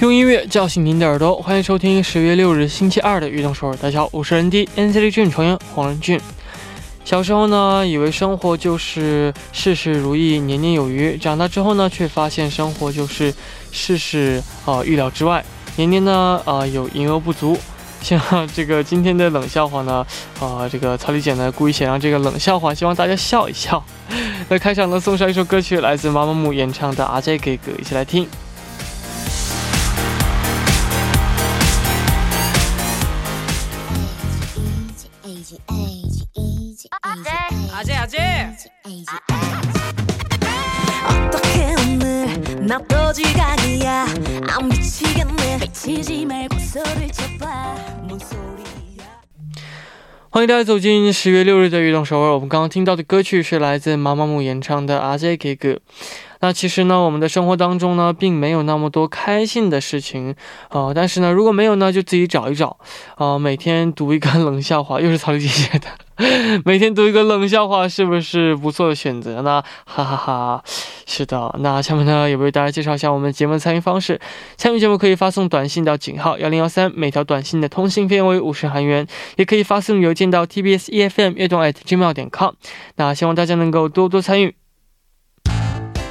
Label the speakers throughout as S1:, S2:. S1: 用音乐叫醒您的耳朵，欢迎收听十月六日星期二的《运动首尔》。大家好，我是 ND NCT Dream 成员黄仁俊。小时候呢，以为生活就是事事如意、年年有余；长大之后呢，却发现生活就是事事啊预料之外，年年呢啊、呃有盈油不足。像这个今天的冷笑话呢，啊、这个曹丽姐呢故意写上这个冷笑话，希望大家笑一笑。那开场呢，送上一首歌曲，来自妈妈木演唱的《阿 J 给歌》，一起来听。
S2: 아재 아재
S3: 어떻게 오늘 나 또 지각이야 아 미치겠네 미치지 말고 소리를 쳐봐 뭔 소리야
S1: 欢迎大家走进十月六日的运动首尔。我们刚刚听到的歌曲是来自妈妈木演唱的《阿 J 给歌》。那其实呢，我们的生活当中呢，并没有那么多开心的事情啊、呃但是呢，如果没有呢，就自己找一找啊、每天读一个冷笑话，又 是曹丽姐写的。每天读一个冷笑话，是不是不错的选择呢？哈哈哈是的。那下面呢，也为大家介绍一下我们节目的参与方式。参与节目可以发送短信到井号幺零幺三，每条短信的通信费用为五十韩元。也可以发送邮件到 tbs efm 悦动 at gmail 点 com。那希望大家能够多多参与。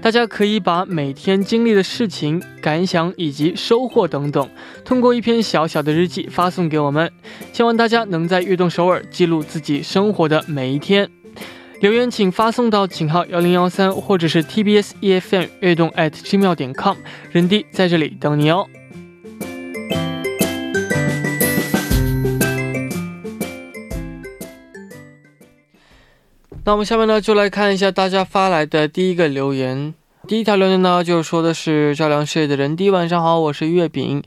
S1: 大家可以把每天经历的事情、感想以及收获等等，通过一篇小小的日记发送给我们。希望大家能在运动首尔记录自己生活的每一天。留言请发送到井号幺零幺三，或者是 TBS EFM 悦动 at gmail 点 com，人弟在这里等你哦。那我们下面呢，就来看一下大家发来的第一个留言。第一条留言呢，就是说的是赵良事业的人弟，晚上好，我是月饼。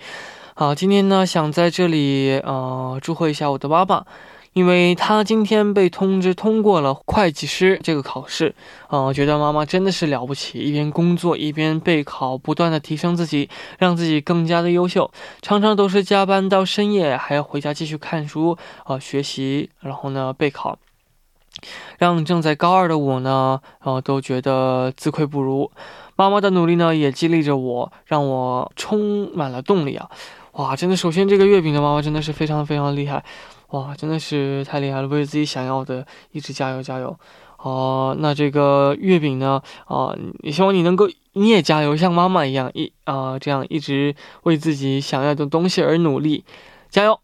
S1: 啊，今天呢，想在这里呃祝贺一下我的妈妈，因为她今天被通知通过了会计师这个考试。啊，我觉得妈妈真的是了不起，一边工作一边备考，不断的提升自己，让自己更加的优秀。常常都是加班到深夜，还要回家继续看书啊、学习，然后呢备考。让正在高二的我呢，呃，都觉得自愧不如。妈妈的努力呢，也激励着我，让我充满了动力啊！哇，真的，首先这个月饼的妈妈真的是非常非常厉害，哇，真的是太厉害了，为自己想要的一直加油加油。哦、那这个月饼呢，啊、也希望你能够你也加油，像妈妈一样一啊、这样一直为自己想要的东西而努力，加油！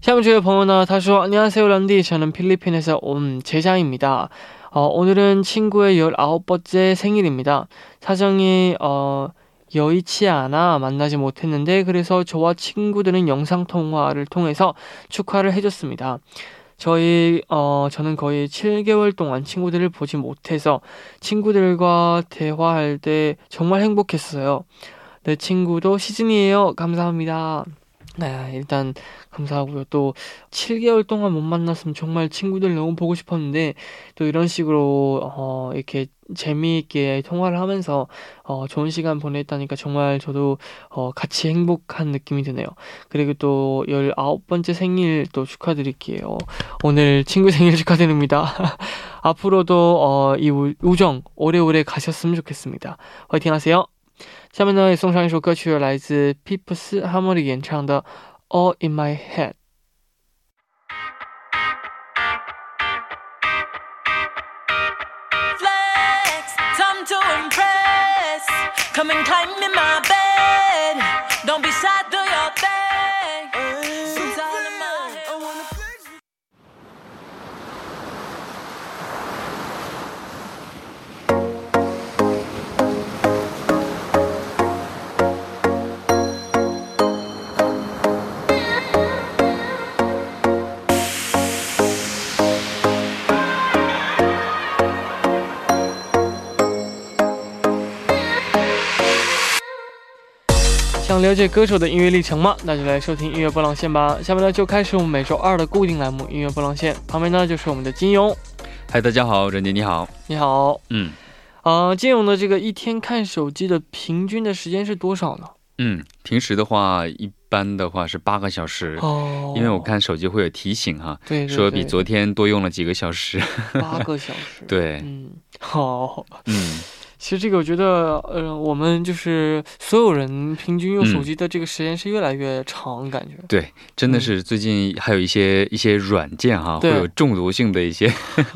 S1: 下面这位朋友呢，他说：“안녕하세요런디저는필리핀에서온제자입니다 어, 오늘은 친구의 19번째 생일입니다. 사정이 어, 여의치 않아 만나지 못했는데 그래서 저와 친구들은 영상 통화를 통해서 축하를 해줬습니다. 저희 어, 저는 거의 7개월 동안 친구들을 보지 못해서 친구들과 대화할 때 정말 행복했어요. 내 친구도 시즌이에요. 감사합니다. 네, 일단 감사하고요. 또 7개월 동안 못 만났으면 정말 친구들 너무 보고 싶었는데 또 이런 식으로 어, 이렇게 재미있게 통화를 하면서 어, 좋은 시간 보냈다니까 정말 저도 어, 같이 행복한 느낌이 드네요. 그리고 또 19번째 생일 또 축하드릴게요. 오늘 친구 생일 축하드립니다. 앞으로도 어, 이 우- 우정 오래오래 가셨으면 좋겠습니다. 화이팅 하세요. 下面呢，也送上一首歌曲，来自 Peeps Harmony 演唱的《All in My Head》。
S2: flex time to impress come and climb in my bed don't be shy do your thing Suits all of my
S1: 想了解歌手的音乐历程吗？那就来收听音乐波浪线吧。下面呢就开始我们每周二的固定栏目《音乐波浪线》，旁边呢就是我们的金庸，
S4: 嗨，大家好，任杰你好。
S1: 你好。
S4: 嗯
S1: 啊、金勇的这个一天看手机的平均的时间是多少呢？
S4: 嗯，平时的话，一般的话是八个小时，
S1: 哦
S4: 因为我看手机会有提醒哈，
S1: 对对
S4: 说比
S1: 对
S4: 昨天多用了几个小 时。，
S1: 八个小时。
S4: 对，
S1: 嗯，好。
S4: 嗯
S1: 其实这个我觉得，呃，我们就是所有人平均用手
S4: 嗯
S1: 机的这个时间是越来越长，感觉。
S4: 对，真的是最近还有一些一些软件哈，会
S1: 嗯对
S4: 有中毒性的一些，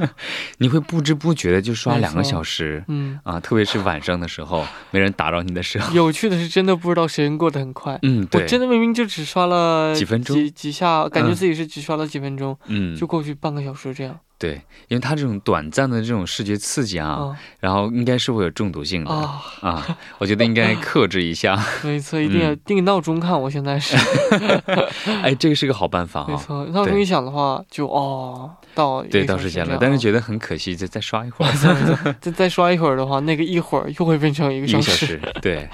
S4: 你会不知不觉的就刷
S1: 没
S4: 两个
S1: 错
S4: 小时
S1: 嗯，
S4: 啊，特别是晚上的时候，没人打扰你的时 候。
S1: 有趣的是，真的不知道时间过得很快。
S4: 嗯，
S1: 我
S4: 对，
S1: 真的明明就只刷了
S4: 几分钟
S1: 几几下，感觉
S4: 嗯
S1: 自己是只刷了几分钟，
S4: 嗯
S1: 就，过去半个小时这样。
S4: 对，因为它这种短暂的这种视觉刺激啊，
S1: 啊
S4: 然后应该是会有中毒性的
S1: 啊，
S4: 啊，我觉得 应该克制一下。
S1: 没错，一定
S4: 嗯
S1: 要定闹钟看。我现在是。
S4: 哎，这个是个嗯好办法
S1: 没
S4: 哈。
S1: 错，闹钟
S4: 对
S1: 一响的话，就哦，到
S4: 对，
S1: 一个
S4: 到时
S1: 小
S4: 间
S1: 时
S4: 了，
S1: 这
S4: 但
S1: 样
S4: 是
S1: 啊
S4: 觉得很可惜，再再刷一会儿，
S1: 再再刷一会儿的话，那个一会儿又会变 成一个
S4: 一
S1: 小
S4: 个
S1: 时。
S4: 小时。 对，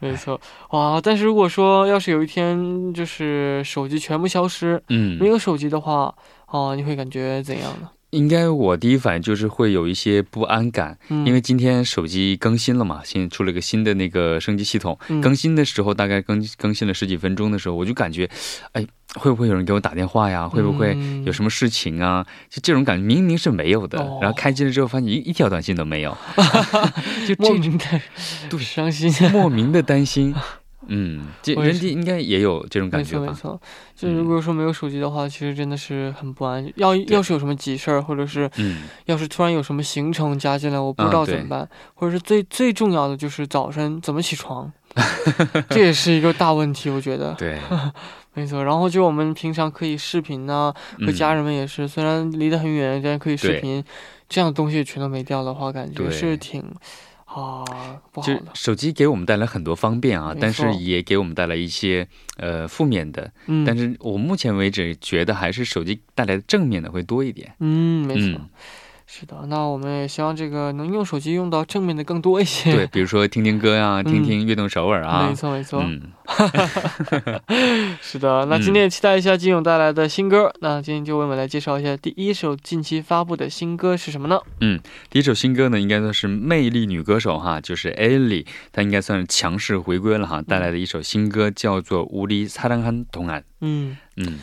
S1: 没错，哇！但是如果说要是有一天就是手机全部消失，
S4: 嗯
S1: 没，有手机的话，哦、你会感觉怎样呢？
S4: 应该我第一反应就是会有一些不安感，
S1: 嗯，
S4: 因为今天手机更新了嘛，新出了一个新的那个升级系统。
S1: 嗯
S4: 更新的时候大概更更新了十几分钟的时候，我就感觉，哎，会不会有人给我打电话呀？会不会
S1: 嗯
S4: 有什么事情啊？就这种感觉明明是没有的，
S1: 哦
S4: 然后开机了之后发现一一条短信 都没有， 就
S1: 莫
S4: 这
S1: 名的
S4: 对
S1: 伤心。啊
S4: 莫名的担心。嗯，这
S1: 我也
S4: 人
S1: 是
S4: 家应该也有这种
S1: 没
S4: 感觉
S1: 错没
S4: 吧？嗯
S1: 错，就如果说没有手机的话，其实真的是很不安。要要是有什么急事儿，或者是
S4: 嗯，
S1: 要是突然有什么行程加进来，我不知
S4: 嗯
S1: 道怎
S4: 对
S1: 么办，或者是最最重要的就是早晨怎么起床， 这也是一个大问题，我觉得。
S4: 对，
S1: 没错，然后就我们平常可以视频呐、和
S4: 嗯
S1: 家人们也是，虽然离得很远，但是可以视
S4: 对
S1: 频，这样的东西全都没掉的话，感觉
S4: 对
S1: 是挺啊不好
S4: 就
S1: 的。
S4: 手机给我们带来很多方便啊
S1: 没，
S4: 但
S1: 错
S4: 是也给我们带来一些呃负面的。
S1: 嗯，
S4: 但是我目前为止觉得还是手机带来的正面的会多一点。
S1: 嗯，没错，
S4: 嗯，
S1: 是的。那我们也希望这个能用手机用到正面的更多一些。
S4: 对，比如说听听歌呀、
S1: 嗯
S4: 听听《悦动首尔》啊
S1: 没，错没错，
S4: 嗯，
S1: 是的。那今天也期待一下金勇带来的新歌。那今天就为我们来介绍一下第一首近期发布的新歌是什么呢？
S4: 第一首新歌呢，应该算是魅力女歌手哈，就是 Ellie，她应该算是强势回归了哈，带来的一首新歌叫做《우리사랑한동안》。
S1: 嗯。
S4: 嗯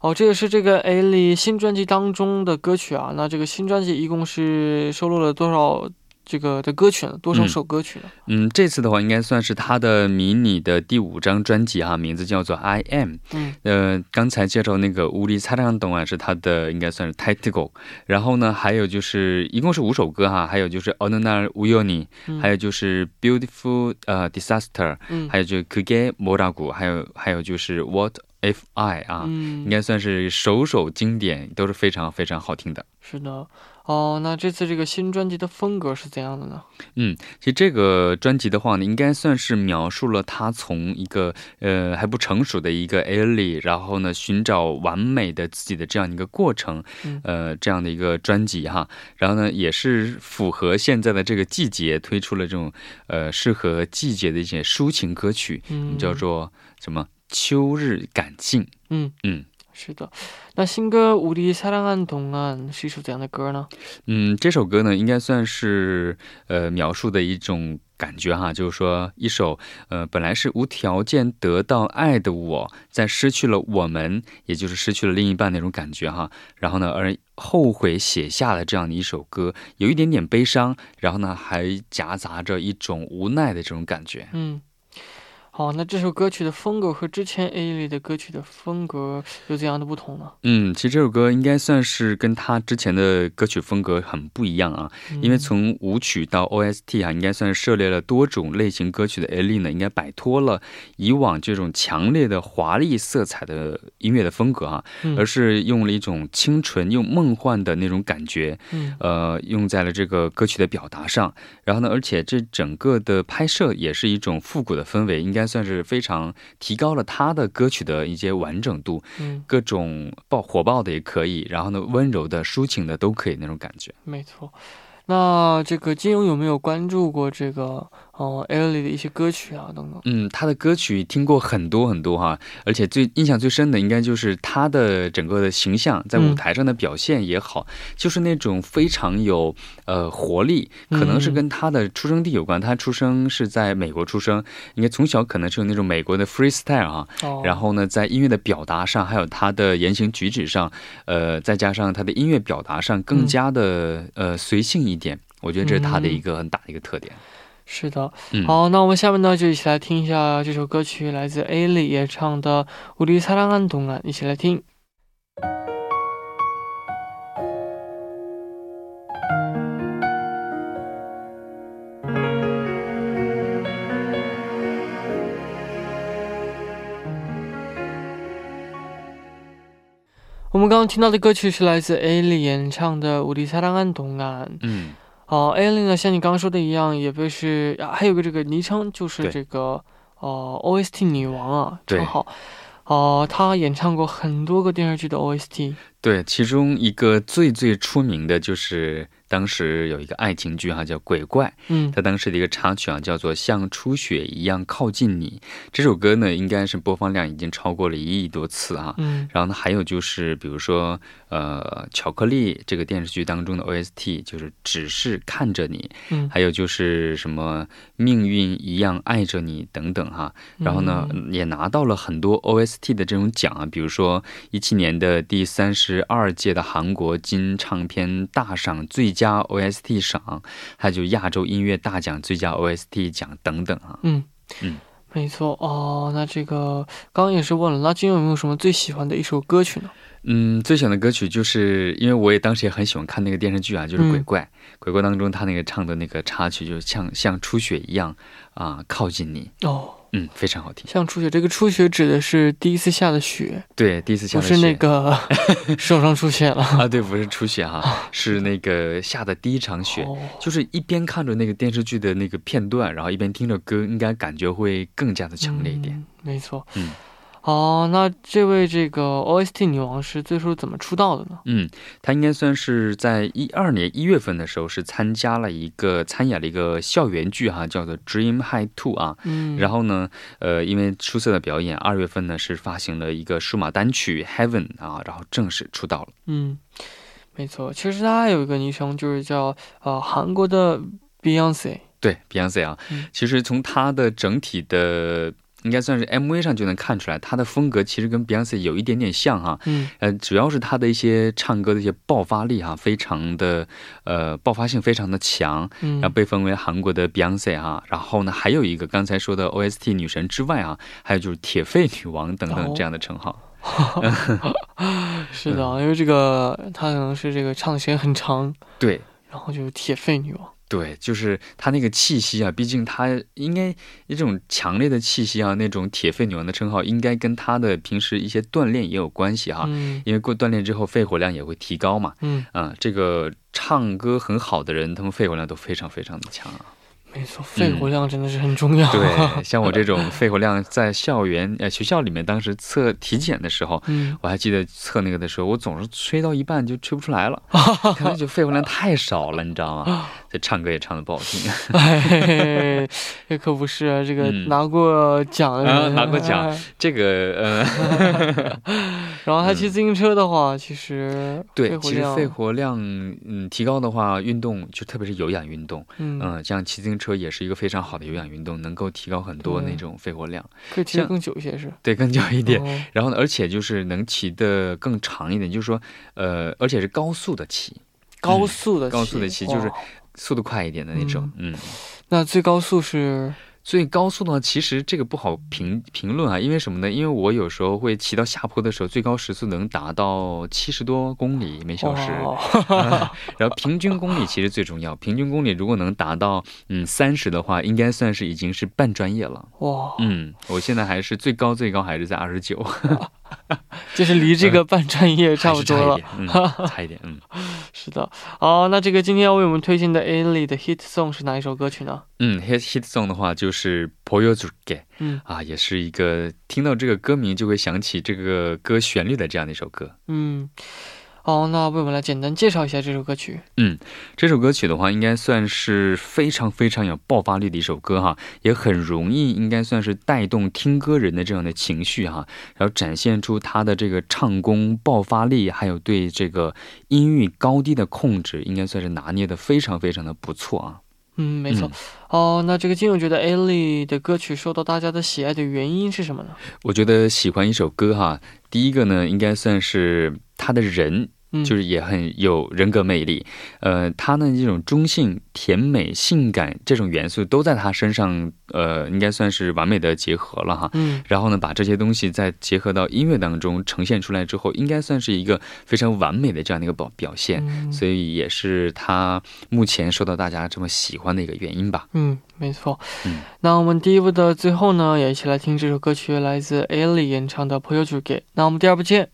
S1: 哦，这个是这个 A 莉新专辑当中的歌曲啊。那这个新专辑一共是收录了多少这个的歌曲呢？多少
S4: 嗯
S1: 首歌曲呢？
S4: 嗯，这次的话应该算是她的迷你的第五张专辑哈，名字叫做《I Am》。
S1: 嗯
S4: 呃，刚才介绍那个《无力擦亮懂啊，是他的应该算是 title，然后呢，还有就是一共是五首歌哈，还有就是《어느날우연히》，
S1: 嗯
S4: 还有就是《Beautiful》呃《Disaster》，
S1: 嗯，
S4: 还有就是《그게뭐라고》，还有还有就是《What If I》啊，应
S1: 嗯，
S4: 该算是首首经典，都是非常非常好听的。
S1: 是的。哦，那这次这个新专辑的风格是怎样的呢？
S4: 其实这个专辑的话呢，应该算是描述了他从一个呃还不成熟的一个 Ellie，然后呢寻找完美的自己的这样一个过程
S1: 嗯，
S4: 呃这样的一个专辑哈。然后呢也是符合现在的这个季节，推出了这种呃适合季节的一些抒情歌曲，
S1: 嗯，
S4: 叫做什么秋日感性。
S1: 嗯
S4: 嗯
S1: 是的。那新歌《우리사랑한동안》是一首怎样的歌呢？
S4: 嗯，这首歌呢，应该算是呃描述的一种感觉哈，就是说一首呃本来是无条件得到爱的我，在失去了我们，也就是失去了另一半那种感觉哈，然后呢而后悔写下了这样的一首歌，有一点点悲伤，然后呢还夹杂着一种无奈的这种感觉。
S1: 嗯。好，那这首歌曲的风格和之前 A 莉的歌曲的风格有怎样的不同呢？
S4: 嗯，其实这首歌应该算是跟他之前的歌曲风格很不一样啊，因为
S1: 嗯
S4: 从舞曲到 OST 啊，应该算是涉猎了多种类型歌曲的 A E 莉呢，应该摆脱了以往这种强烈的华丽色彩的音乐的风格啊，
S1: 嗯
S4: 而是用了一种清纯又梦幻的那种感觉，
S1: 嗯
S4: 呃，用在了这个歌曲的表达上。然后呢，而且这整个的拍摄也是一种复古的氛围，应该算是非常提高了他的歌曲的一些完整度，
S1: 嗯，
S4: 各种爆火爆的也可以，然后呢，温柔的、抒情的都可以那种感觉。
S1: 没错。那这个金庸有没有关注过这个哦 Ellie 的一些歌曲啊等等。
S4: 嗯，他的歌曲听过很多很多哈，而且最印象最深的应该就是他的整个的形象，在
S1: 嗯
S4: 舞台上的表现也好，就是那种非常有呃活力，可能
S1: 嗯
S4: 是跟他的出生地有关。他出生是在美国出生，应该从小可能是有那种美国的 freestyle 哈，
S1: 哦，
S4: 然后呢，在音乐的表达上，还有他的言行举止上，呃，再加上他的音乐表达上更
S1: 嗯
S4: 加的、呃随性一点，我觉得这是他的一个很大的一个特点。
S1: 是的，
S4: 嗯，
S1: 嗯好，那我们下面呢就一起来听一下这首歌曲，来自 Ellie 演唱的《우리사랑한동안》，一起来听。我们刚刚听到的歌曲是来自 Ellie 演唱的《우리사랑한동안》。
S4: 嗯，
S1: 哦 a l i 呢，像你刚刚说的一样，也被是、啊还有个这个昵称，就是
S4: 对
S1: 这个呃 OST 女王啊，
S4: 对
S1: 称号。哦、她演唱过很多个电视剧的 OST。
S4: 对，其中一个最最出名的就是当时有一个爱情剧哈、叫《鬼怪》，
S1: 嗯，
S4: 它当时的一个插曲啊，叫做《像初雪一样靠近你》。这首歌呢，应该是播放量已经超过了一亿多次啊。
S1: 嗯，
S4: 然后呢，还有就是，比如说，呃，《巧克力》这个电视剧当中的 OST 就是“只是看着你”，
S1: 嗯
S4: 还有就是什么“命运一样爱着你”等等哈。
S1: 嗯
S4: 然后呢，也拿到了很多 OST 的这种奖啊，比如说一七年的第三十二届的韩国金唱片大赏最佳 OST 赏，还有就亚洲音乐大奖最佳 OST 奖等等啊。
S1: 嗯
S4: 嗯
S1: 没错。哦，那这个刚刚也是问了，那君有没有什么最喜欢的一首歌曲呢？
S4: 嗯，最喜欢的歌曲就是因为我也当时也很喜欢看那个电视剧啊，就是《
S1: 嗯
S4: 鬼怪》。鬼怪当中他那个唱的那个插曲，就是像像初雪一样啊、靠近你，
S1: 哦，
S4: 嗯，非常好听。
S1: 像初雪，这个初雪指的是第一次下的雪，
S4: 对，第一次下
S1: 不
S4: 的雪
S1: 是那个 手上出现了。
S4: 啊，对，不是初雪哈、是那个下的第一场雪。
S1: 啊哦，
S4: 就是一边看着那个电视剧的那个片段，然后一边听着歌，应该感觉会更加的强烈一点。
S1: 嗯没错。
S4: 嗯。
S1: 哦，那这位这个 OST 女王是最初怎么出道的呢？
S4: 嗯，她应该算是在一二年一月份的时候是参加了一个参演了一个校园剧哈、叫做《Dream High Two》啊。
S1: 嗯，
S4: 然
S1: 后
S4: 后呢，呃，因为出色的表演，二月份呢是发行了一个数码单曲《Heaven》啊，然后正式出道了。
S1: 嗯，没错，其实她还有一个昵称，就是叫呃韩国的 Beyonce。
S4: 对，Beyonce 啊，
S1: 嗯
S4: 其实从她的整体的应该算是 MV 上就能看出来，她的风格其实跟 Beyonce 有一点点像哈、
S1: 嗯
S4: 呃，主要是他的一些唱歌的一些爆发力哈、非常的呃爆发性非常的强，
S1: 嗯
S4: 然后被分为韩国的 Beyonce 哈、然后呢，还有一个刚才说的 OST 女神之外啊，还有就是铁肺女王等
S1: 哦
S4: 等这样的称号。
S1: 是的，
S4: 嗯
S1: 因为这个她可能是这个唱的时间很长，
S4: 对
S1: 然后就是铁肺女王。
S4: 对，就是她那个气息啊，毕竟她应该一种强烈的气息啊，那种铁肺女王的称号应该跟她的平时一些锻炼也有关系哈、
S1: 嗯
S4: 因为过锻炼之后肺活量也会提高嘛。
S1: 嗯，
S4: 啊、这个唱歌很好的人，他们肺活量都非常非常的强啊。
S1: 没错，肺活量真的是很重要。
S4: 嗯对，像我这种肺活量，在校园呃学校里面，当时测体检的时候，
S1: 嗯，
S4: 我还记得测那个的时候，我总是吹到一半就吹不出来了，可能就肺活量太少了，你知道吗？这唱歌也唱的不好听，
S1: 哎，这可不是啊这个
S4: 嗯
S1: 拿过奖的
S4: 啊
S1: 人，
S4: 拿过奖
S1: 哎
S4: 这个呃，
S1: 然后他骑自行车的话，其实
S4: 嗯对
S1: 肺，活
S4: 其实
S1: 量
S4: 肺活量嗯提高的话，运动就特别是有氧运动，
S1: 嗯，
S4: 嗯，像骑自行车也是一个非常好的有氧运动，能够提高很多
S1: 对
S4: 那种肺活量，
S1: 可以骑得
S4: 像
S1: 更久一些是。
S4: 对，更久一点。
S1: 哦
S4: 然后呢，而且就是能骑得更长一点，就是说，呃，而且是高速的骑，
S1: 高速的
S4: 嗯高速地骑就是
S1: 哇
S4: 速度快一点的那种，嗯。
S1: 那最高速是
S4: 所以高速呢，其实这个不好评评论啊，因为什么呢？因为我有时候会骑到下坡的时候，最高时速能达到七十多公里每小时、
S1: 哦
S4: 啊 然后平均公里其实最重要，平均公里如果能达到嗯三十的话，应该算是已经是半专业了。
S1: 哇，
S4: 嗯，我现在还是最高最高还是在二十九，
S1: 就是离这个半专业 差不多了。
S4: 还是差一 点，嗯，差一点，嗯。
S1: 是的，哦，那这个今天要为我们推荐的 Ellie 的 hit song 是哪一首歌曲呢？
S4: 嗯，hit hit song 的话就是《보여줄게》，
S1: 嗯
S4: 啊，也是一个听到这个歌名就会想起这个歌旋律的这样的一首歌。
S1: 嗯，哦，那为我们来简单介绍一下这首歌曲。
S4: 这首歌曲的话，应该算是非常非常有爆发力的一首歌哈，也很容易，应该算是带动听歌人的这样的情绪哈，然后展现出他的这个唱功、爆发力，还有对这个音域高低的控制，应该算是拿捏的非常非常的不错啊。
S1: 嗯，没错。哦，那这个金勇觉得 Ellie 的歌曲受到大家的喜爱的原因是什么呢？
S4: 我觉得喜欢一首歌哈，第一个呢，应该算是他的人
S1: 嗯，
S4: 就是也很有人格魅力。呃，他呢这种中性、甜美、性感这种元素都在他身上，呃，应该算是完美的结合了哈。
S1: 嗯
S4: 然后呢，把这些东西再结合到音乐当中呈现出来之后，应该算是一个非常完美的这样的一个表表现。
S1: 嗯
S4: 所以也是他目前受到大家这么喜欢的一个原因吧。
S1: 嗯，没错。
S4: 嗯
S1: 那我们第一部的最后呢，也一起来听这首歌曲，来自 Ellie 演唱的《朋友主给》。那我们第二部见。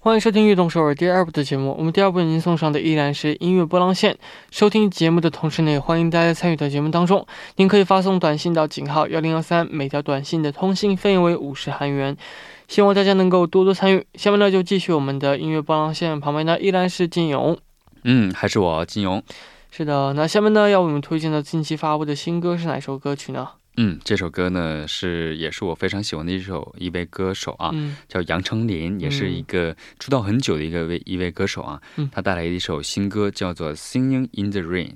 S1: 欢迎收听《运动首尔》第二部的节目。我们第二部为您送上的依然是音乐波浪线。收听节目的同时呢，也欢迎大家参与到节目当中。您可以发送短信到井号幺零幺三，每条短信的通信费用为五十韩元。希望大家能够多多参与。下面呢，就继续我们的音乐波浪线，旁边呢依然是金勇。
S4: 嗯，还是我金勇。
S1: 是的，那下面呢要为我们推荐的近期发布的新歌是哪首歌曲呢？
S4: 嗯，这首歌呢是也是我非常喜欢的一首一位歌手啊，
S1: 嗯
S4: 叫杨丞琳，也是一个出道很久的一个位一位歌手啊。
S1: 嗯
S4: 他带来一首新歌叫做《Singing in the Rain》。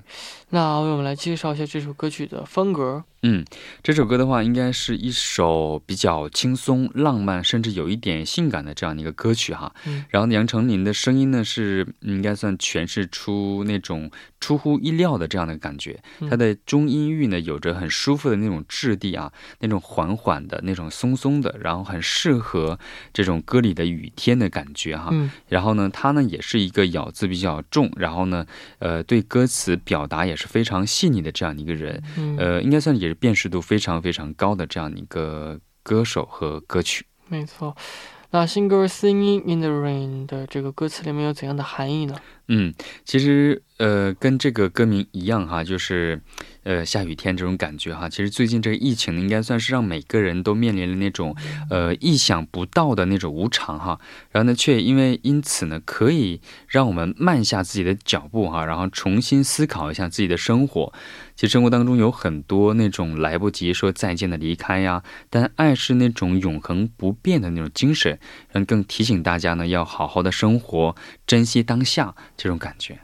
S1: 那为我们来介绍一下这首歌曲的风格。
S4: 嗯，这首歌的话，应该是一首比较轻松、浪漫，甚至有一点性感的这样的一个歌曲哈。
S1: 嗯
S4: 然后杨丞琳的声音呢，是嗯应该算诠释出那种出乎意料的这样的感觉。
S1: 嗯
S4: 它的中音域呢，有着很舒服的那种质地啊，那种缓缓的、那种松松的，然后很适合这种歌里的雨天的感觉哈。
S1: 嗯
S4: 然后呢，他呢也是一个咬字比较重，然后呢，呃，对歌词表达也是非常细腻的这样的一个人。
S1: 嗯，
S4: 呃，应该算也是辨识度非常非常高的这样一个歌手和歌曲。
S1: 没错。那新歌《Singing in the Rain》的这个歌词里面有怎样的含义呢？
S4: 嗯，其实呃，跟这个歌名一样哈，就是呃下雨天这种感觉哈。其实最近这个疫情呢，应该算是让每个人都面临了那种呃意想不到的那种无常哈。然后呢，却因为因此呢，可以让我们慢下自己的脚步哈，然后重新思考一下自己的生活。其实生活当中有很多那种来不及说再见的离开呀，但爱是那种永恒不变的那种精神，让更提醒大家呢要好好的生活，珍惜当下这种感觉。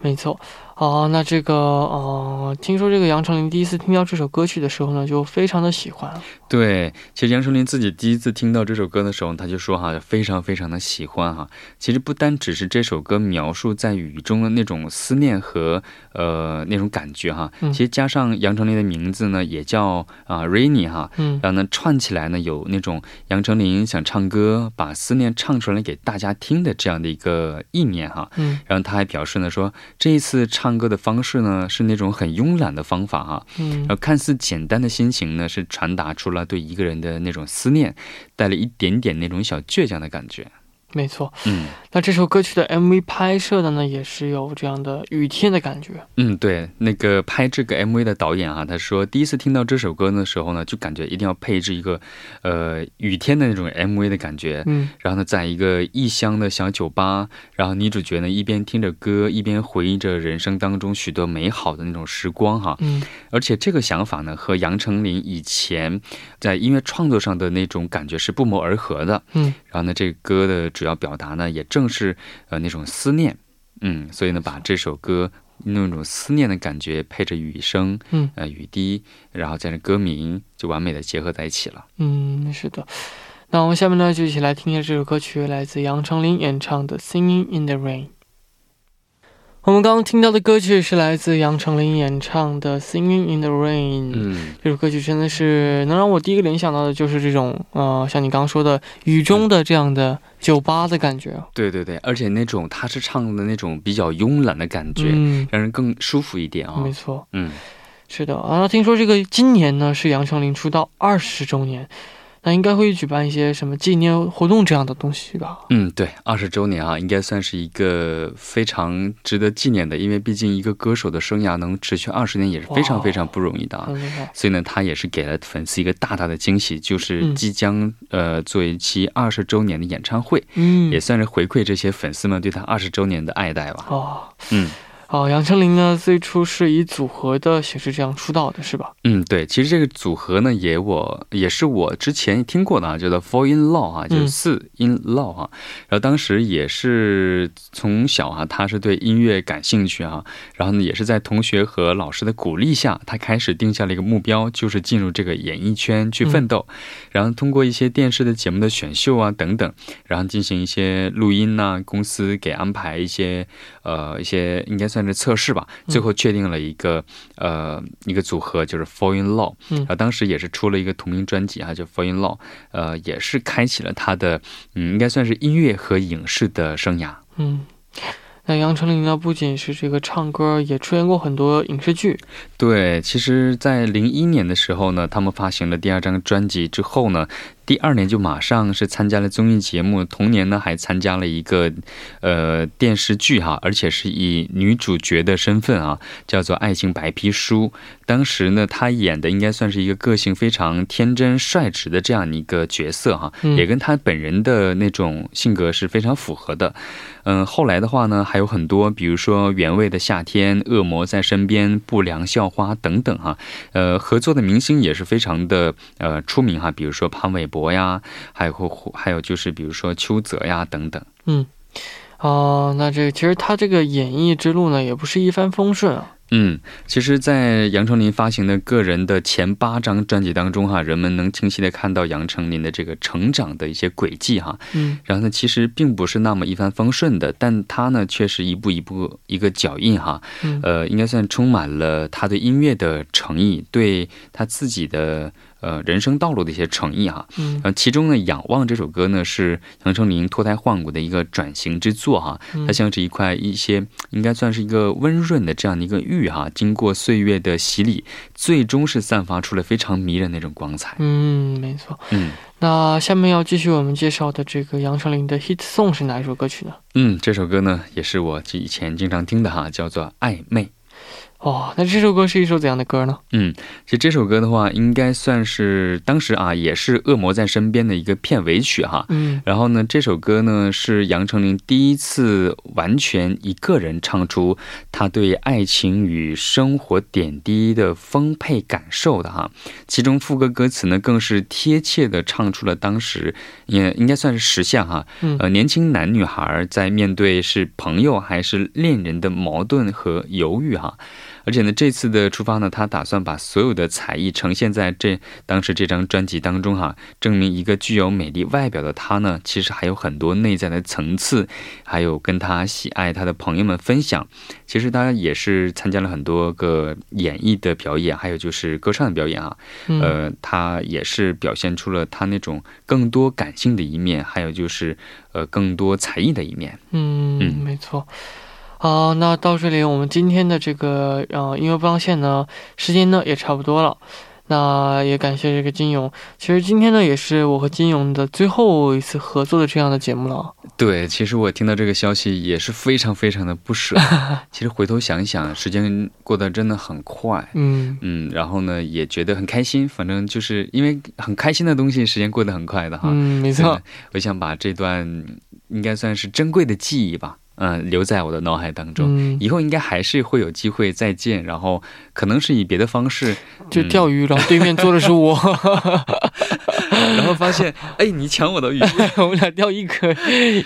S1: 没错，哦，那这个哦，听说这个杨丞琳第一次听到这首歌曲的时候呢，就非常的喜欢。
S4: 对，其实杨丞琳自己第一次听到这首歌的时候，她就说哈，非常非常的喜欢哈。其实不单只是这首歌描述在雨中的那种思念和呃那种感觉哈，
S1: 嗯
S4: 其实加上杨丞琳的名字呢，也叫啊、Rainy 哈，
S1: 嗯
S4: 然后呢串起来呢有那种杨丞琳想唱歌，把思念唱出来给大家听的这样的一个意念哈。
S1: 嗯
S4: 然后他还表示呢说，这一次唱歌的方式呢是那种很慵懒的方法哈、然
S1: 嗯
S4: 后看似简单的心情呢，是传达出了对一个人的那种思念，带了一点点那种小倔强的感觉。
S1: 没错。
S4: 嗯
S1: 那这首歌曲的 MV 拍摄的呢，也是有这样的雨天的感觉。
S4: 嗯，对，那个拍这个 MV 的导演啊，他说第一次听到这首歌的时候呢，就感觉一定要配置一个，呃，雨天的那种 MV 的感觉。
S1: 嗯
S4: 然后呢，在一个异乡的小酒吧，然后女主角呢一边听着歌，一边回忆着人生当中许多美好的那种时光哈、
S1: 嗯
S4: 而且这个想法呢，和杨丞琳以前在音乐创作上的那种感觉是不谋而合的。
S1: 嗯，
S4: 然后呢，这个歌的主要表达呢，也正是呃那种思念，嗯，所以呢，把这首歌那种思念的感觉配着雨声，
S1: 嗯，
S4: 呃雨滴，然后加上歌名，就完美的结合在一起了。
S1: 嗯，是的。那我们下面呢，就一起来听一下这首歌曲，来自杨丞琳演唱的《Singing in the Rain》。我们刚刚听到的歌曲是来自杨丞琳演唱的《Singing in the Rain》。
S4: 嗯，
S1: 这首歌曲真的是能让我第一个联想到的就是这种，呃，像你刚刚说的雨中的这样的酒吧的感觉。啊
S4: 对对对，而且那种他是唱的那种比较慵懒的感觉，
S1: 嗯，
S4: 让人更舒服一点啊、
S1: 没错，
S4: 嗯
S1: 是的啊。那听说这个今年呢是杨丞琳出道二十周年，那应该会举办一些什么纪念活动这样的东西吧？
S4: 嗯，对，二十周年啊，应该算是一个非常值得纪念的，因为毕竟一个歌手的生涯能持续二十年也是非
S1: 哇
S4: 常
S1: 哦
S4: 非常不容易的啊。
S1: 很厉害，
S4: 所以呢，他也是给了粉丝一个大大的惊喜，就是
S1: 嗯
S4: 即将、呃做一期二十周年的演唱会，
S1: 嗯
S4: 也，算是回馈这些粉丝们对他二十周年的爱戴吧。
S1: 哦，
S4: 嗯
S1: 哦，杨丞琳呢最初是以组合的形式这样出道的，是吧？
S4: 嗯，对，其实这个组合呢，也我也是我之前听过的啊，叫做 Four in Law 啊，就是四 in Law 啊。然后当时也是从小啊，他是对音乐感兴趣啊，然后呢，也是在同学和老师的鼓励下，他开始定下了一个目标，就是进入这个演艺圈去奋斗。然后通过一些电视的节目的选秀啊等等，然后进行一些录音呐、公司给安排一些呃一些应该算是测试吧，最后确定了一个、呃一个组合就是 Fall in Love，、
S1: 嗯
S4: 然后当时也是出了一个同名专辑啊，叫 Fall in Love，呃也是开启了他的嗯应该算是音乐和影视的生涯。
S1: 嗯，那杨丞琳呢不仅是这个唱歌，也出演过很多影视剧。
S4: 对，其实，在零一年的时候呢，他们发行了第二张专辑之后呢，第二年就马上是参加了综艺节目，同年呢还参加了一个呃电视剧哈，而且是以女主角的身份啊，叫做《爱情白皮书》。当时呢，她演的应该算是一个个性非常天真率直的这样一个角色哈，
S1: 嗯
S4: 也跟她本人的那种性格是非常符合的。嗯，后来的话呢，还有很多，比如说《原味的夏天》《恶魔在身边》《不良校花》等等哈。呃，合作的明星也是非常的呃出名哈，比如说潘玮柏呀，还有还有就是比如说邱泽呀等等。
S1: 哦，那这个其实她这个演艺之路呢，也不是一帆风顺啊。
S4: 嗯，其实，在杨丞琳发行的个人的前八张专辑当中哈，人们能清晰的看到杨丞琳的这个成长的一些轨迹哈。
S1: 嗯
S4: 然后呢，其实并不是那么一帆风顺的，但他呢却是一步一步一个脚印哈，
S1: 嗯
S4: 呃，应该算充满了他对音乐的诚意，对他自己的呃人生道路的一些诚意哈。
S1: 嗯
S4: 呃，其中呢，《仰望》这首歌呢是杨丞琳脱胎换骨的一个转型之作哈，
S1: 嗯
S4: 它像是一块一些应该算是一个温润的这样的一个玉哈，经过岁月的洗礼，最终是散发出了非常迷人的那种光彩。
S1: 嗯，没错。
S4: 嗯。
S1: 那下面要继续我们介绍的这个杨丞琳的 hit song 是哪一首歌曲呢？
S4: 嗯，这首歌呢也是我以前经常听的哈，叫做《暧昧》。
S1: 哦，那这首歌是一首怎样的歌呢？
S4: 其实这首歌的话，应该算是当时啊，也是《恶魔在身边》的一个片尾曲哈。
S1: 嗯
S4: 然后呢，这首歌呢是杨丞琳第一次完全一个人唱出她对爱情与生活点滴的丰沛感受的哈。其中副歌歌词呢，更是贴切的唱出了当时也应该算是时下哈，
S1: 嗯
S4: 呃，年轻男女孩在面对是朋友还是恋人的矛盾和犹豫哈。而且呢，这次的出发呢，他打算把所有的才艺呈现在这当时这张专辑当中哈，证明一个具有美丽外表的他呢，其实还有很多内在的层次，还有跟他喜爱他的朋友们分享。其实他也是参加了很多个演艺的表演，还有就是歌唱的表演啊。
S1: 嗯、
S4: 呃，他也是表现出了他那种更多感性的一面，还有就是呃更多才艺的一面。
S1: 嗯，
S4: 嗯
S1: 没错。好、那到这里我们今天的这个呃音乐放线呢，时间呢也差不多了。那也感谢这个金勇，其实今天呢也是我和金勇的最后一次合作的这样的节目了。啊
S4: 对，其实我听到这个消息也是非常非常的不舍。其实回头想一想，时间过得真的很快。
S1: 嗯，
S4: 嗯，然后呢，也觉得很开心。反正就是因为很开心的东西，时间过得很快的哈。
S1: 嗯，没
S4: 所以呢
S1: 错。
S4: 我想把这段应该算是珍贵的记忆吧，嗯，留在我的脑海当中。
S1: 嗯，
S4: 以后应该还是会有机会再见，然后可能是以别的 方式，
S1: 就钓鱼，然后对面坐的是 我，
S4: 然后发现，哎，你抢我的鱼，
S1: 我们俩钓一颗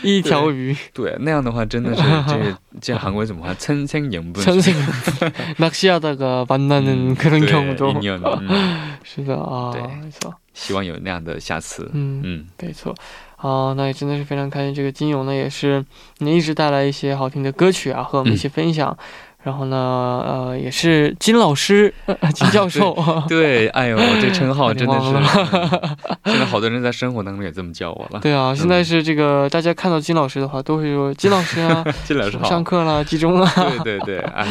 S1: 一条鱼，
S4: 对，那样的话真的是这这韩国怎么话， 천생연분，
S1: 선생님 낚시하다가만나는그런경우도
S4: 嗯对인연嗯
S1: 是的啊，
S4: 对
S1: 没错。
S4: 希望有那样的下次。
S1: 嗯。
S4: 嗯，
S1: 没错，啊、那也真的是非常开心。这个金勇呢，也是你一直带来一些好听的歌曲啊，和我们一
S4: 嗯
S1: 起分享。然后呢，呃，也是金老师、呃金教授，
S4: 对，哎呦，我这称号真的是
S1: 你忘，
S4: 嗯 现在好多人在生活当中也这么叫我 了。
S1: 对啊，现
S4: 嗯
S1: 在是这个大家看到金老师的话，都会说金老师啊，
S4: 金 老师好，
S1: 上课啦，集中啦，
S4: 对对对， 哎，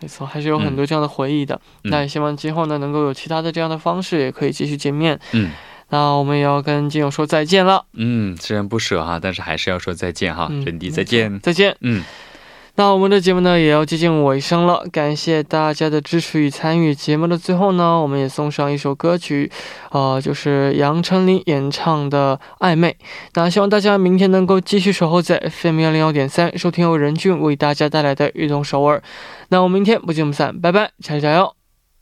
S1: 没错，还是有很多这样的回忆的。
S4: 嗯
S1: 那也希望今后呢，能够有其他的这样的方式，也可以继续见面。
S4: 嗯，
S1: 那我们也要跟金勇说再见了，
S4: 嗯，虽然不舍哈，但是还是要说再见哈，
S1: 嗯
S4: 人迪再见。
S1: 再见。
S4: 嗯，
S1: 那我们的节目呢也要接近尾声了，感谢大家的支持与参与。节目的最后呢，我们也送上一首歌曲，呃，就是杨丞琳演唱的《暧昧》。那希望大家明天能够继续守候在 FM 幺零幺点三，收听由任俊为大家带来的《运动首尔》。那我们明天不见不散，拜拜，加油加油！